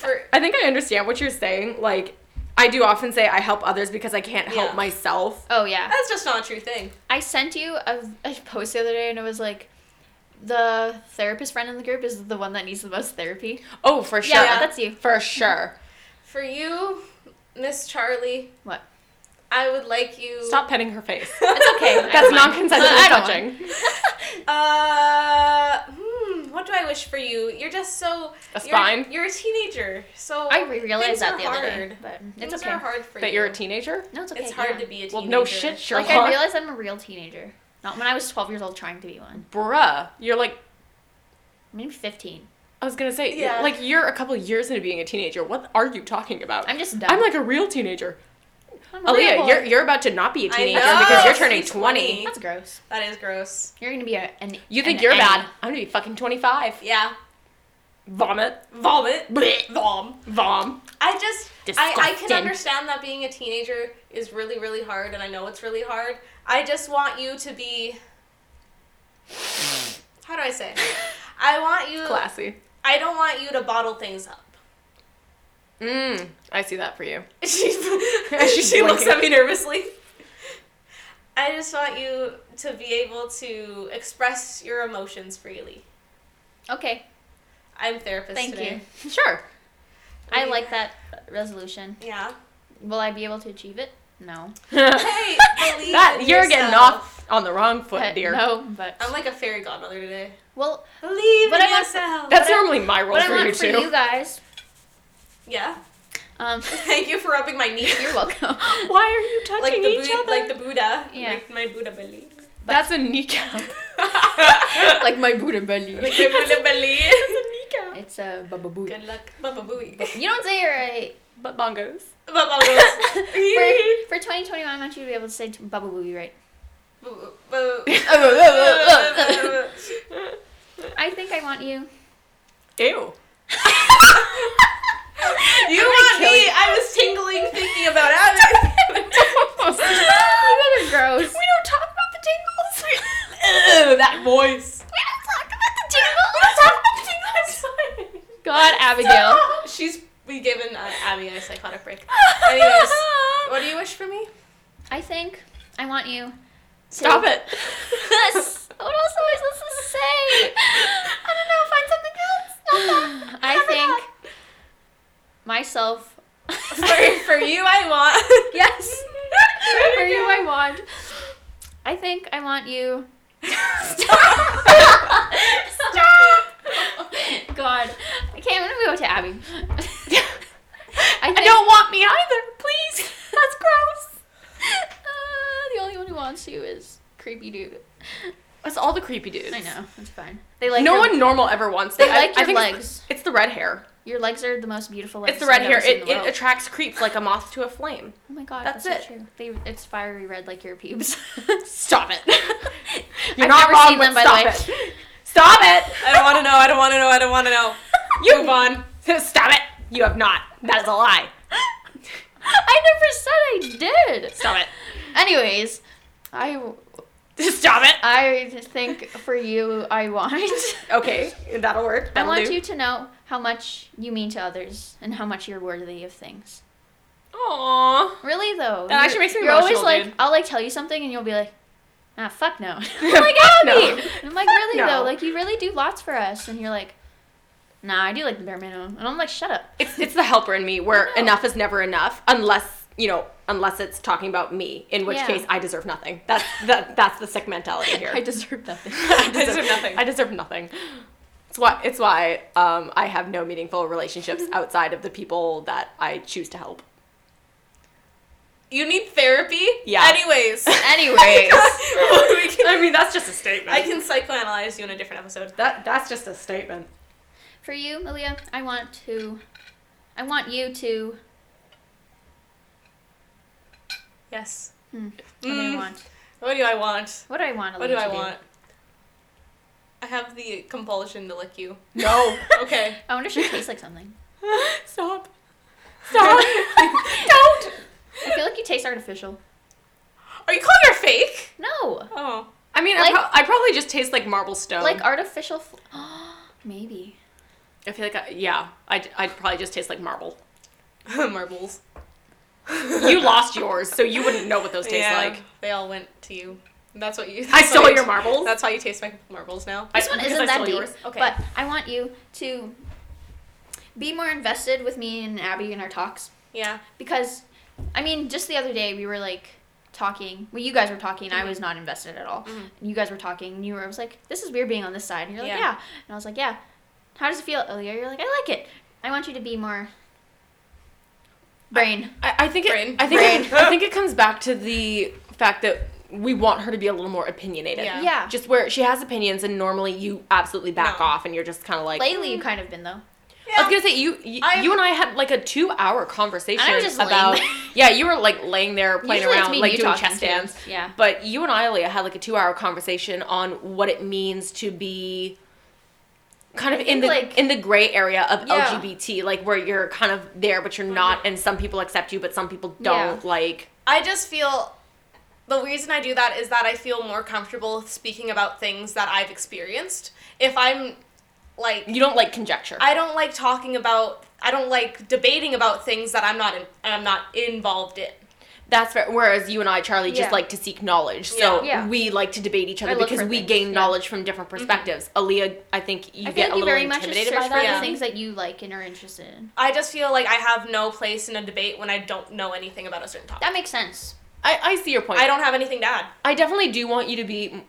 Speaker 1: for
Speaker 2: I think I understand what you're saying. Like, I do often say I help others because I can't help
Speaker 1: Yeah.
Speaker 2: myself.
Speaker 3: oh yeah.
Speaker 1: that's just not a true thing
Speaker 3: I sent you a, a post the other day, and it was like, the therapist friend in the group is the one that needs the most therapy.
Speaker 2: Oh, for sure.
Speaker 3: Yeah, that's
Speaker 2: [LAUGHS]
Speaker 3: you.
Speaker 2: For sure.
Speaker 1: for you miss charlie
Speaker 3: What?
Speaker 1: i would like you
Speaker 2: Stop petting her face.
Speaker 3: It's okay. I
Speaker 2: That's
Speaker 3: don't
Speaker 2: non
Speaker 3: mind.
Speaker 2: consensual
Speaker 3: I don't
Speaker 2: touching.
Speaker 1: Uh, hmm, what do I wish for you? You're just so.
Speaker 2: A
Speaker 1: you're-
Speaker 2: spine?
Speaker 1: You're, a teenager, so.
Speaker 3: I re- realized
Speaker 1: things
Speaker 3: that
Speaker 1: are
Speaker 3: the other day,
Speaker 1: hard.
Speaker 3: but it's
Speaker 1: Things
Speaker 3: okay.
Speaker 1: are hard for
Speaker 2: That
Speaker 1: you.
Speaker 2: you're a teenager?
Speaker 3: No, it's okay.
Speaker 1: It's hard
Speaker 3: yeah.
Speaker 1: to be a teenager.
Speaker 2: Well, no shit, Sherlock.
Speaker 3: Like I realized I'm a real teenager. Not when I was 12 years old trying to be one.
Speaker 2: Bruh. You're like,
Speaker 3: Maybe 15.
Speaker 2: I was gonna say,
Speaker 1: Yeah.
Speaker 2: like, you're a couple years into being a teenager. What are you talking about?
Speaker 3: I'm just dumb.
Speaker 2: I'm like a real teenager.
Speaker 3: I'm a real
Speaker 2: Aaliyah,
Speaker 3: boy.
Speaker 2: Oh, you're, you're about to not be a
Speaker 1: I
Speaker 2: teenager
Speaker 1: know,
Speaker 2: because you're
Speaker 1: she's
Speaker 2: turning 20.
Speaker 1: 20.
Speaker 3: That's gross.
Speaker 1: That is gross.
Speaker 3: You're gonna be a, an.
Speaker 2: You think
Speaker 3: an
Speaker 2: you're
Speaker 3: any.
Speaker 2: bad. I'm gonna be fucking 25.
Speaker 1: Yeah.
Speaker 2: Vomit.
Speaker 1: Vomit.
Speaker 2: Blech.
Speaker 1: Vom.
Speaker 2: Vom.
Speaker 1: I just. I, I can
Speaker 2: Disgusting.
Speaker 1: understand that being a teenager is really, really hard, and I know it's really hard. I just want you to be. How do I
Speaker 2: [LAUGHS]
Speaker 1: say? it? I want you.
Speaker 2: Classy.
Speaker 1: I don't want you to bottle things up.
Speaker 2: Mm, I see that for you.
Speaker 3: [LAUGHS]
Speaker 1: She's,
Speaker 2: [LAUGHS] She's
Speaker 1: she looks
Speaker 2: blinking.
Speaker 1: at me nervously. I just want you to be able to express your emotions freely.
Speaker 3: Okay.
Speaker 1: I'm therapist
Speaker 3: Thank
Speaker 1: today.
Speaker 2: [LAUGHS]
Speaker 3: you.
Speaker 2: Sure.
Speaker 3: I like that resolution.
Speaker 1: Yeah.
Speaker 3: Will I be able to achieve it? No.
Speaker 1: Hey, believe
Speaker 2: that
Speaker 1: in
Speaker 2: you're getting off
Speaker 1: yourself.
Speaker 2: on the wrong foot,
Speaker 3: But-
Speaker 2: dear.
Speaker 3: No, but
Speaker 1: I'm like a fairy godmother today.
Speaker 3: well,
Speaker 1: Believe
Speaker 3: But
Speaker 1: in
Speaker 3: I want-
Speaker 1: [LAUGHS] yourself.
Speaker 2: That's
Speaker 3: what I-
Speaker 2: normally my role
Speaker 3: what I
Speaker 2: for you
Speaker 3: want for
Speaker 2: two.
Speaker 3: you guys.
Speaker 1: yeah. [LAUGHS]
Speaker 3: Um, [LAUGHS]
Speaker 1: Thank you for rubbing my knee.
Speaker 3: you're welcome. [LAUGHS]
Speaker 2: Why are you
Speaker 1: Like the,
Speaker 2: touching each
Speaker 1: Buddha,
Speaker 2: other?
Speaker 1: like the Buddha.
Speaker 3: Yeah.
Speaker 1: Like my Buddha belly.
Speaker 2: That's a kneecap.
Speaker 3: like my Buddha belly.
Speaker 1: Like my Buddha belly.
Speaker 2: kneecap.
Speaker 3: It's a baba boo.
Speaker 1: Good luck. Baba booey.
Speaker 3: You don't say it right.
Speaker 2: But bongos.
Speaker 1: Baba [LAUGHS]
Speaker 3: [LAUGHS] For, for 2021, I want you to be able to say t- baba booey right.
Speaker 1: booey.
Speaker 3: I think I want you.
Speaker 2: Ew.
Speaker 1: [LAUGHS] You
Speaker 3: I'm gonna
Speaker 1: want
Speaker 3: kill
Speaker 1: me?
Speaker 3: you.
Speaker 1: I was tingling thinking about
Speaker 3: [LAUGHS]
Speaker 1: it.
Speaker 3: You guys are gross.
Speaker 2: [LAUGHS] We don't talk about the tingles. Ew, that voice.
Speaker 3: We don't talk about the tingles. We don't talk about the God,
Speaker 2: [LAUGHS]
Speaker 3: Abigail.
Speaker 1: She's we given uh, Abby a psychotic break.
Speaker 3: Um,
Speaker 1: Anyways, what do you wish for
Speaker 3: [LAUGHS]
Speaker 1: me?
Speaker 3: I think I want you.
Speaker 2: Stop it.
Speaker 3: Yes. [LAUGHS] What else am I supposed to say? I don't know. Find something else. Not that. I think [LAUGHS] myself.
Speaker 1: For, for you, I want. [LAUGHS]
Speaker 2: [LAUGHS]
Speaker 3: Yes.
Speaker 1: There
Speaker 3: [LAUGHS] For
Speaker 1: we
Speaker 3: you,
Speaker 1: go.
Speaker 3: I want. I think I want you.
Speaker 1: Stop. Stop.
Speaker 3: [LAUGHS] God, I can't. I'm gonna go to Abby. [LAUGHS] I, think,
Speaker 2: [LAUGHS] I
Speaker 3: [LAUGHS]
Speaker 2: don't want me either, please. [LAUGHS] That's gross.
Speaker 3: Ah, Uh, the only one who wants you is creepy dude.
Speaker 2: That's all the creepy dudes.
Speaker 3: I know. It's fine. They like
Speaker 2: no
Speaker 3: your,
Speaker 2: one normal ever wants.
Speaker 3: They
Speaker 2: that.
Speaker 3: like
Speaker 2: I, I
Speaker 3: your
Speaker 2: think it's-
Speaker 3: legs.
Speaker 2: It's, the red hair.
Speaker 3: Your legs are the most beautiful legs.
Speaker 2: It's the red
Speaker 3: I've
Speaker 2: hair.
Speaker 3: ever seen
Speaker 2: It,
Speaker 3: in the
Speaker 2: it
Speaker 3: world.
Speaker 2: attracts creeps like a moth to a flame.
Speaker 3: Oh my god,
Speaker 2: That's
Speaker 3: that's,
Speaker 2: it.
Speaker 3: so true. They it's fiery red like your
Speaker 2: [LAUGHS]
Speaker 3: pubes.
Speaker 2: Stop [LAUGHS] it. You're
Speaker 3: I've
Speaker 2: not
Speaker 3: never
Speaker 2: wrong,
Speaker 3: seen them,
Speaker 2: but
Speaker 3: by the
Speaker 2: stop it. [LAUGHS] Stop it.
Speaker 1: I don't want to know. I don't want to know. I don't want to know.
Speaker 2: [LAUGHS] You move on. [LAUGHS] Stop it. You have not. That is a lie.
Speaker 3: [LAUGHS] I never said I did.
Speaker 2: Stop it. [LAUGHS]
Speaker 3: Anyways, I
Speaker 2: Stop it.
Speaker 3: I think for you I want
Speaker 2: Okay, that'll work.
Speaker 3: I
Speaker 2: That'll
Speaker 3: want
Speaker 2: do.
Speaker 3: you to know how much you mean to others and how much you're worthy of things.
Speaker 2: Aww.
Speaker 3: Really though.
Speaker 2: That actually
Speaker 3: you're-
Speaker 2: makes me
Speaker 3: You're always
Speaker 2: emotional,
Speaker 3: like
Speaker 2: dude.
Speaker 3: I'll like tell you something and you'll be like, ah fuck no. [LAUGHS] I'm
Speaker 2: Fuck [LAUGHS]
Speaker 3: like Abby.
Speaker 2: no.
Speaker 3: And I'm like,
Speaker 2: Fuck
Speaker 3: really
Speaker 2: no.
Speaker 3: though, like you really do lots for us and you're like, nah, I do like the bare minimum. And I'm like, shut up.
Speaker 2: [LAUGHS] It's it's the helper in me where
Speaker 3: I know.
Speaker 2: enough is never enough unless you know unless it's talking about me, in which
Speaker 3: Yeah.
Speaker 2: case I deserve nothing. That's that that's the sick [LAUGHS] mentality here.
Speaker 3: I deserve nothing.
Speaker 2: [LAUGHS] I
Speaker 1: deserve nothing.
Speaker 2: I deserve nothing. It's why it's why um, I have no meaningful [LAUGHS] relationships outside of the people that I choose to help.
Speaker 1: You need therapy?
Speaker 2: Yeah.
Speaker 3: [LAUGHS]
Speaker 1: Anyways.
Speaker 3: Anyways,
Speaker 1: We can-
Speaker 2: mean, that's just a statement.
Speaker 1: I can psychoanalyze you in a different episode.
Speaker 2: [LAUGHS] that that's just a statement.
Speaker 3: [LAUGHS] for you, Malia, I want to, I want you to.
Speaker 1: Yes.
Speaker 3: Hmm, what do I
Speaker 1: Mm.
Speaker 3: want?
Speaker 1: What do I want?
Speaker 3: What do I want?
Speaker 1: What do
Speaker 3: Aaliyah
Speaker 1: I
Speaker 3: to
Speaker 1: want? I have the compulsion to lick
Speaker 3: [LAUGHS]
Speaker 1: you.
Speaker 2: [LAUGHS] No.
Speaker 1: Okay.
Speaker 3: I wonder if she
Speaker 2: [LAUGHS]
Speaker 3: tastes like something.
Speaker 2: Stop. Stop. Don't.
Speaker 3: I feel like you taste artificial.
Speaker 1: Are you calling her fake?
Speaker 3: No,
Speaker 1: Oh.
Speaker 2: I mean, I,
Speaker 3: Like-
Speaker 2: pro- I probably just taste like marble stone.
Speaker 3: like artificial. Fl- [GASPS] Maybe.
Speaker 2: I feel like, I, yeah, I'd, I'd probably just taste like marble.
Speaker 1: [LAUGHS] Marbles.
Speaker 2: You lost yours, so you wouldn't know what those taste
Speaker 1: Yeah,
Speaker 2: like.
Speaker 1: They all went to you. That's what you.
Speaker 2: I
Speaker 1: that's
Speaker 2: stole
Speaker 1: why you-
Speaker 2: your marbles.
Speaker 1: That's why you taste my marbles now.
Speaker 2: I-
Speaker 3: This one
Speaker 2: because
Speaker 3: isn't
Speaker 2: I
Speaker 3: that
Speaker 2: stole
Speaker 3: deep.
Speaker 2: yours.
Speaker 1: Okay.
Speaker 3: But I want you to be more invested with me and Abby in our talks
Speaker 1: Yeah.
Speaker 3: because, I mean, just the other day we were like talking. Well, you guys were talking. I
Speaker 2: Mm-hmm.
Speaker 3: was not invested at all.
Speaker 1: Mhm.
Speaker 3: You guys were talking. And you were. I was like, this is weird being on this side. And you're like,
Speaker 1: Yeah.
Speaker 3: yeah. And I was like, yeah. How does it feel, Ilya? You're like, I like it. I want you to be more
Speaker 2: [LAUGHS]
Speaker 3: brain.
Speaker 2: I, I think it,
Speaker 1: Brain.
Speaker 2: I think it,
Speaker 1: Brain.
Speaker 2: I think it comes back to the fact that we want her to be a little more opinionated.
Speaker 1: Yeah.
Speaker 3: yeah.
Speaker 2: Just where she has opinions, and normally you absolutely back
Speaker 1: No.
Speaker 2: off, and you're just kind of like.
Speaker 3: Lately, you kind of been though.
Speaker 2: I was gonna say you, you,
Speaker 1: I'm-
Speaker 2: you and I had like a two-hour conversation
Speaker 3: And I was just laying
Speaker 2: about.
Speaker 3: there.
Speaker 2: Yeah, you were like laying there playing
Speaker 3: Usually it's
Speaker 2: around,
Speaker 3: me and
Speaker 2: like
Speaker 3: you
Speaker 2: doing
Speaker 3: talking
Speaker 2: chest
Speaker 3: too.
Speaker 2: stands.
Speaker 3: Yeah.
Speaker 2: But you and I, Leah, had like a two hour conversation on what it means to be kind of in
Speaker 3: think,
Speaker 2: the
Speaker 3: like-
Speaker 2: in the gray area of
Speaker 3: Yeah. Mm-hmm.
Speaker 2: LGBT, like where you're kind of there but you're not, and some people accept you but some people don't. Like
Speaker 1: I just feel the reason I do that is that I feel more comfortable speaking about things that I've experienced. If I'm like
Speaker 2: you don't like conjecture.
Speaker 1: I don't like talking about I don't like debating about things that I'm not in, I'm not involved in.
Speaker 2: That's fair. Whereas you and I, Charlie, just
Speaker 3: Yeah.
Speaker 2: like to seek knowledge. So
Speaker 3: Yeah. Yeah.
Speaker 2: we like to debate each
Speaker 3: I
Speaker 2: other
Speaker 3: look
Speaker 2: because
Speaker 3: for
Speaker 2: we
Speaker 3: things,
Speaker 2: gain
Speaker 3: yeah. Mm-hmm.
Speaker 2: knowledge from different perspectives. Aaliyah, I think you
Speaker 3: I feel
Speaker 2: get
Speaker 3: like
Speaker 2: a
Speaker 3: you
Speaker 2: little
Speaker 3: very much just
Speaker 2: intimidated
Speaker 3: search
Speaker 2: by
Speaker 3: for
Speaker 2: that.
Speaker 1: Yeah.
Speaker 3: the things that you like and are interested in.
Speaker 1: I just feel like I have no place in a debate when I don't know anything about a certain topic.
Speaker 3: That makes sense.
Speaker 2: I, I see your point.
Speaker 1: I don't have anything to add.
Speaker 2: I definitely do want you to be m-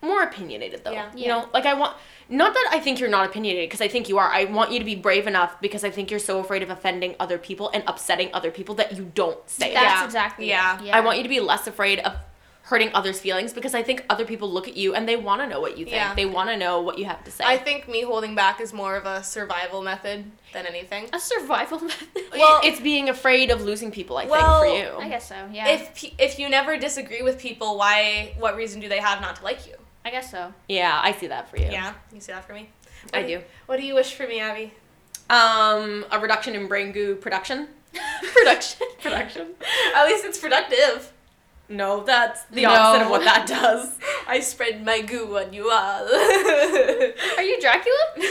Speaker 2: more opinionated though.
Speaker 1: Yeah.
Speaker 2: You know, like I want not that I think you're not opinionated because I think you are. I want you to be brave enough because I think you're so afraid of offending other people and upsetting other people that you don't say.
Speaker 3: That's
Speaker 2: it.
Speaker 1: Yeah.
Speaker 3: exactly. it.
Speaker 1: Yeah.
Speaker 3: yeah.
Speaker 2: I want you to be less afraid of hurting others' feelings because I think other people look at you and they want to know what you think.
Speaker 1: Yeah.
Speaker 2: They want to know what you have to say.
Speaker 1: I think me holding back is more of a survival method than anything.
Speaker 3: a survival method.
Speaker 1: well-
Speaker 2: it's being afraid of losing people. I
Speaker 1: Well,
Speaker 2: think for you.
Speaker 3: I guess so. Yeah.
Speaker 1: If pe- if you never disagree with people, why what reason do they have not to like you?
Speaker 3: I guess so.
Speaker 2: yeah, I see that for you.
Speaker 1: Yeah, you see that for me.
Speaker 2: I
Speaker 1: What
Speaker 2: do.
Speaker 1: What do you wish for me, [LAUGHS] Abby?
Speaker 2: Um, a reduction in brain goo production.
Speaker 3: Production.
Speaker 2: Production.
Speaker 1: [LAUGHS] At least it's productive.
Speaker 2: No, that's the
Speaker 3: No.
Speaker 2: opposite of what
Speaker 1: [LAUGHS]
Speaker 2: that does.
Speaker 1: I spread my goo on you all. [LAUGHS]
Speaker 3: Are you Dracula?
Speaker 2: No,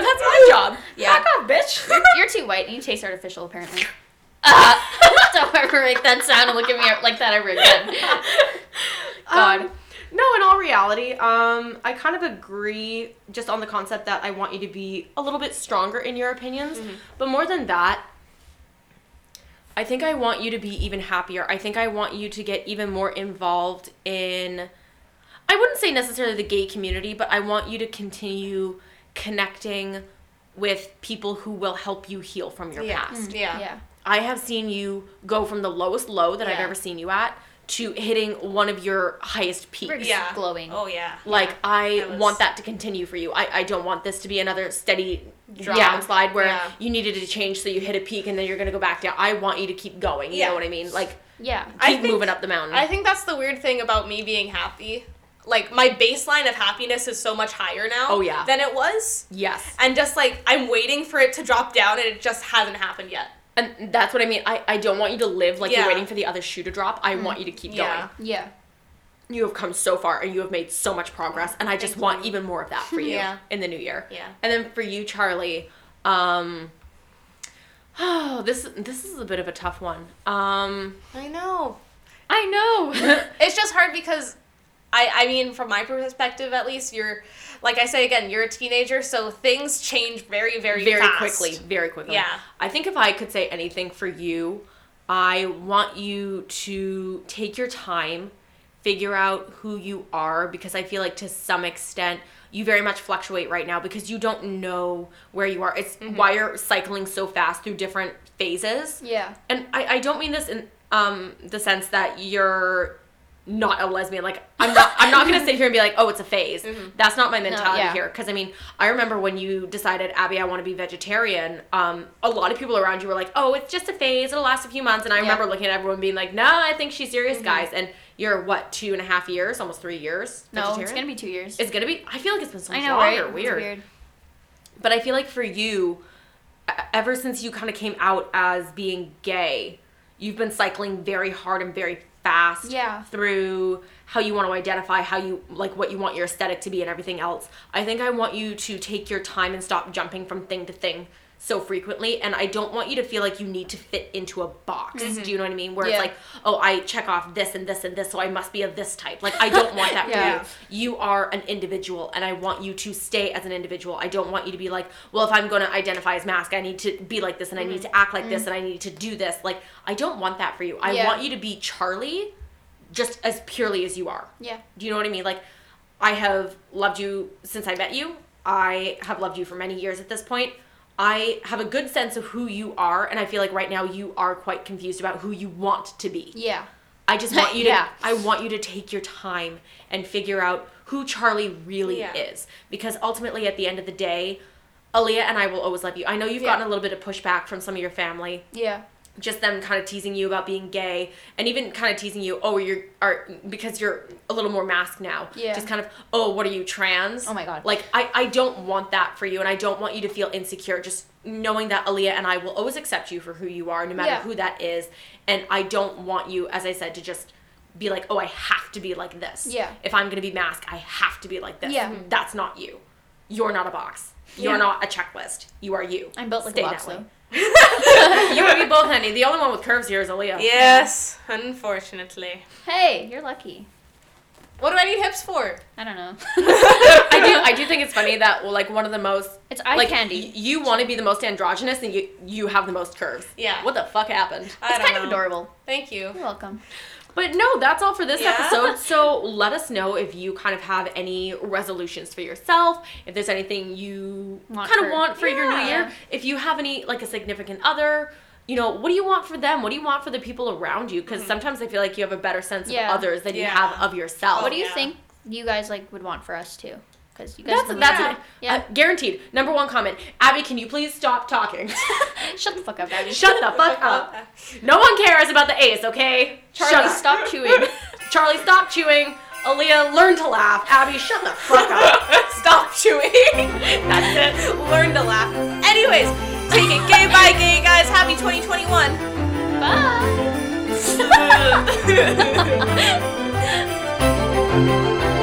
Speaker 2: that's my job.
Speaker 3: Yeah.
Speaker 2: Fuck off, bitch.
Speaker 3: [LAUGHS] [LAUGHS] You're too white and you taste artificial apparently. [LAUGHS]
Speaker 2: Uh,
Speaker 3: Don't ever make that sound and look at me like that ever again.
Speaker 2: God.
Speaker 3: God.
Speaker 2: Um, no, in all reality, um, I kind of agree just on the concept that I want you to be a little bit stronger in your opinions.
Speaker 3: Mm-hmm.
Speaker 2: But more than that, I think I want you to be even happier. I think I want you to get even more involved in, I wouldn't say necessarily the gay community, but I want you to continue connecting with people who will help you heal from your
Speaker 1: Yeah.
Speaker 2: past.
Speaker 1: Mm. Yeah.
Speaker 3: [LAUGHS] Yeah.
Speaker 2: I have seen you go from the lowest low that I've
Speaker 1: Yeah.
Speaker 2: ever seen you at to hitting one of your highest peaks.
Speaker 3: Rick's
Speaker 1: Yeah.
Speaker 3: glowing.
Speaker 1: Oh yeah.
Speaker 2: Like I
Speaker 1: that was-
Speaker 2: want that to continue for you. I, I don't want this to be another steady
Speaker 1: Drop.
Speaker 2: downslide where
Speaker 1: Yeah.
Speaker 2: you needed to change so you hit a peak and then you're gonna go back down. I want you to keep going. You
Speaker 1: Yeah.
Speaker 2: know what I mean? Like keep
Speaker 3: Yeah.
Speaker 1: I think-
Speaker 2: moving up the mountain.
Speaker 1: I think that's the weird thing about me being happy. Like my baseline of happiness is so much higher now.
Speaker 2: Oh, yeah.
Speaker 1: Than it was,
Speaker 2: yes.
Speaker 1: and just like I'm waiting for it to drop down, and it just hasn't happened yet.
Speaker 2: And that's what I mean. I, I don't want you to live like
Speaker 1: Yeah.
Speaker 2: you're waiting for the other shoe to drop. I want you to keep
Speaker 1: Yeah.
Speaker 2: going.
Speaker 3: Yeah.
Speaker 2: You have come so far and you have made so much progress. And I just
Speaker 1: Thank
Speaker 2: want
Speaker 1: you.
Speaker 2: even more of that
Speaker 1: [LAUGHS]
Speaker 2: for you
Speaker 1: Yeah.
Speaker 2: in the new year.
Speaker 1: Yeah.
Speaker 2: And then for you, Charlie, um, oh, this this is a bit of a tough one. Um,
Speaker 1: I know. [COUGHS]
Speaker 3: I know.
Speaker 1: It's just hard because I I mean from my perspective at least you're like I say again you're a teenager so things change very [LAUGHS] very
Speaker 2: very
Speaker 1: fast.
Speaker 2: quickly, very quickly.
Speaker 1: Yeah.
Speaker 2: I think if I could say anything for you, I want you to take your time, figure out who you are, because I feel like to some extent you very much fluctuate right now because you don't know where you are. It's
Speaker 1: Mm-hmm.
Speaker 2: why you're cycling so fast through different phases.
Speaker 3: yeah.
Speaker 2: And I, I don't mean this in um the sense that you're not a lesbian. Like I'm not I'm not
Speaker 3: [LAUGHS]
Speaker 2: gonna sit here and be like, oh, it's a phase. That's not my mentality
Speaker 3: Mm-hmm. yeah.
Speaker 2: here. Cause I mean, I remember when you decided, Abby, I wanna be vegetarian, um, a lot of people around you were like, Oh, it's just a phase, it'll last a few months and I
Speaker 3: Yeah. Mm-hmm.
Speaker 2: remember looking at everyone being like, No, I think she's serious, guys and you're what, two and a half years, almost three years?
Speaker 3: No, it's
Speaker 2: vegetarian?
Speaker 3: gonna be two years.
Speaker 2: It's gonna be I feel like it's been so
Speaker 3: I
Speaker 2: much
Speaker 3: know,
Speaker 2: longer.
Speaker 3: right? It's
Speaker 2: Weird. But I feel like for you, e- ever since you kind of came out as being gay, you've been cycling very hard and very fast
Speaker 3: Yeah.
Speaker 2: through how you want to identify, how you like what you want your aesthetic to be, and everything else. I think I want you to take your time and stop jumping from thing to thing so frequently and I don't want you to feel like you need to fit into a box. Do you know what I mean? Where
Speaker 3: Mm-hmm. Yeah.
Speaker 2: it's like, oh, I check off this and this and this, so I must be of this type. Like I don't want that for
Speaker 3: [LAUGHS] Yeah.
Speaker 2: you you are an individual and I want you to stay as an individual. I don't want you to be like, well, if I'm going to identify as mask, I need to be like this and I need to act like this and I need to do this. Like, I don't want that for you. I
Speaker 3: Yeah.
Speaker 2: want you to be Charlie just as purely as you are.
Speaker 3: Yeah.
Speaker 2: Do you know what I mean? Like, I have loved you since I met you. I have loved you for many years at this point. I have a good sense of who you are, and I feel like right now you are quite confused about who you want to be.
Speaker 3: Yeah.
Speaker 2: I just want you to
Speaker 3: Yeah.
Speaker 2: I want you to take your time and figure out who Charlie really
Speaker 1: Yeah.
Speaker 2: is because ultimately at the end of the day Aaliyah and I will always love you. I know you've
Speaker 3: Yeah.
Speaker 2: gotten a little bit of pushback from some of your family,
Speaker 3: Yeah.
Speaker 2: just them kind of teasing you about being gay, and even kind of teasing you, oh, you're are because you're a little more masked now.
Speaker 3: Yeah.
Speaker 2: Just kind of, oh, what are you trans?
Speaker 3: Oh my God.
Speaker 2: Like I, I don't want that for you, and I don't want you to feel insecure. Just knowing that Aaliyah and I will always accept you for who you are, no matter
Speaker 3: Yeah.
Speaker 2: who that is, and I don't want you, as I said, to just be like, oh, I have to be like this.
Speaker 3: Yeah.
Speaker 2: If I'm gonna be masked, I have to be like this.
Speaker 3: Yeah.
Speaker 2: That's not you. You're not a box. You're
Speaker 1: Yeah.
Speaker 2: not a checklist. You are you.
Speaker 3: I'm built like
Speaker 2: Stay
Speaker 3: a box
Speaker 2: that way.
Speaker 3: though.
Speaker 2: You and me both, honey. The only one with curves here is Aaliyah.
Speaker 1: Yes, unfortunately.
Speaker 3: Hey, you're lucky.
Speaker 1: What do I need hips for?
Speaker 3: I don't know.
Speaker 2: I do. I do think it's funny that well, like one of the most
Speaker 3: It's eye
Speaker 2: like y-
Speaker 3: candy.
Speaker 2: you want to be the most androgynous, and you you have the most curves.
Speaker 1: Yeah.
Speaker 2: What the fuck happened?
Speaker 1: I
Speaker 3: It's
Speaker 1: don't
Speaker 3: kind of
Speaker 1: know.
Speaker 3: adorable.
Speaker 1: Thank you.
Speaker 3: You're welcome.
Speaker 2: But no, that's all for this
Speaker 1: Yeah.
Speaker 2: episode. So let us know if you kind of have any resolutions for yourself, if there's anything you
Speaker 3: Want
Speaker 2: kind of
Speaker 3: for-
Speaker 2: want for your new
Speaker 1: Yeah.
Speaker 2: year, if you have any, like a significant other. You know, what do you want for them? What do you want for the people around you? Because sometimes I feel like you have a better sense
Speaker 3: Yeah.
Speaker 2: of others than you
Speaker 1: Yeah.
Speaker 2: have of yourself.
Speaker 3: What do you
Speaker 1: yeah.
Speaker 3: think you guys like would want for us too? Because you guys.
Speaker 2: That's
Speaker 3: would-
Speaker 2: that's
Speaker 1: Yeah.
Speaker 2: it.
Speaker 3: Yeah.
Speaker 2: Uh, guaranteed. Number one comment. Abby, can you please stop
Speaker 3: [LAUGHS]
Speaker 2: talking?
Speaker 3: Shut the fuck up, Abby.
Speaker 2: Shut the fuck up. No one cares about the ace, okay? shut
Speaker 3: Charlie,
Speaker 2: up.
Speaker 3: stop chewing.
Speaker 2: [LAUGHS] Charlie, stop chewing. Aaliyah, learn to laugh. Abby, shut the fuck up.
Speaker 3: [LAUGHS]
Speaker 1: Stop
Speaker 2: [LAUGHS]
Speaker 1: chewing. That's it. Learn to laugh. Anyways, take it gay by gay, guys. Happy 2021.
Speaker 3: Bye.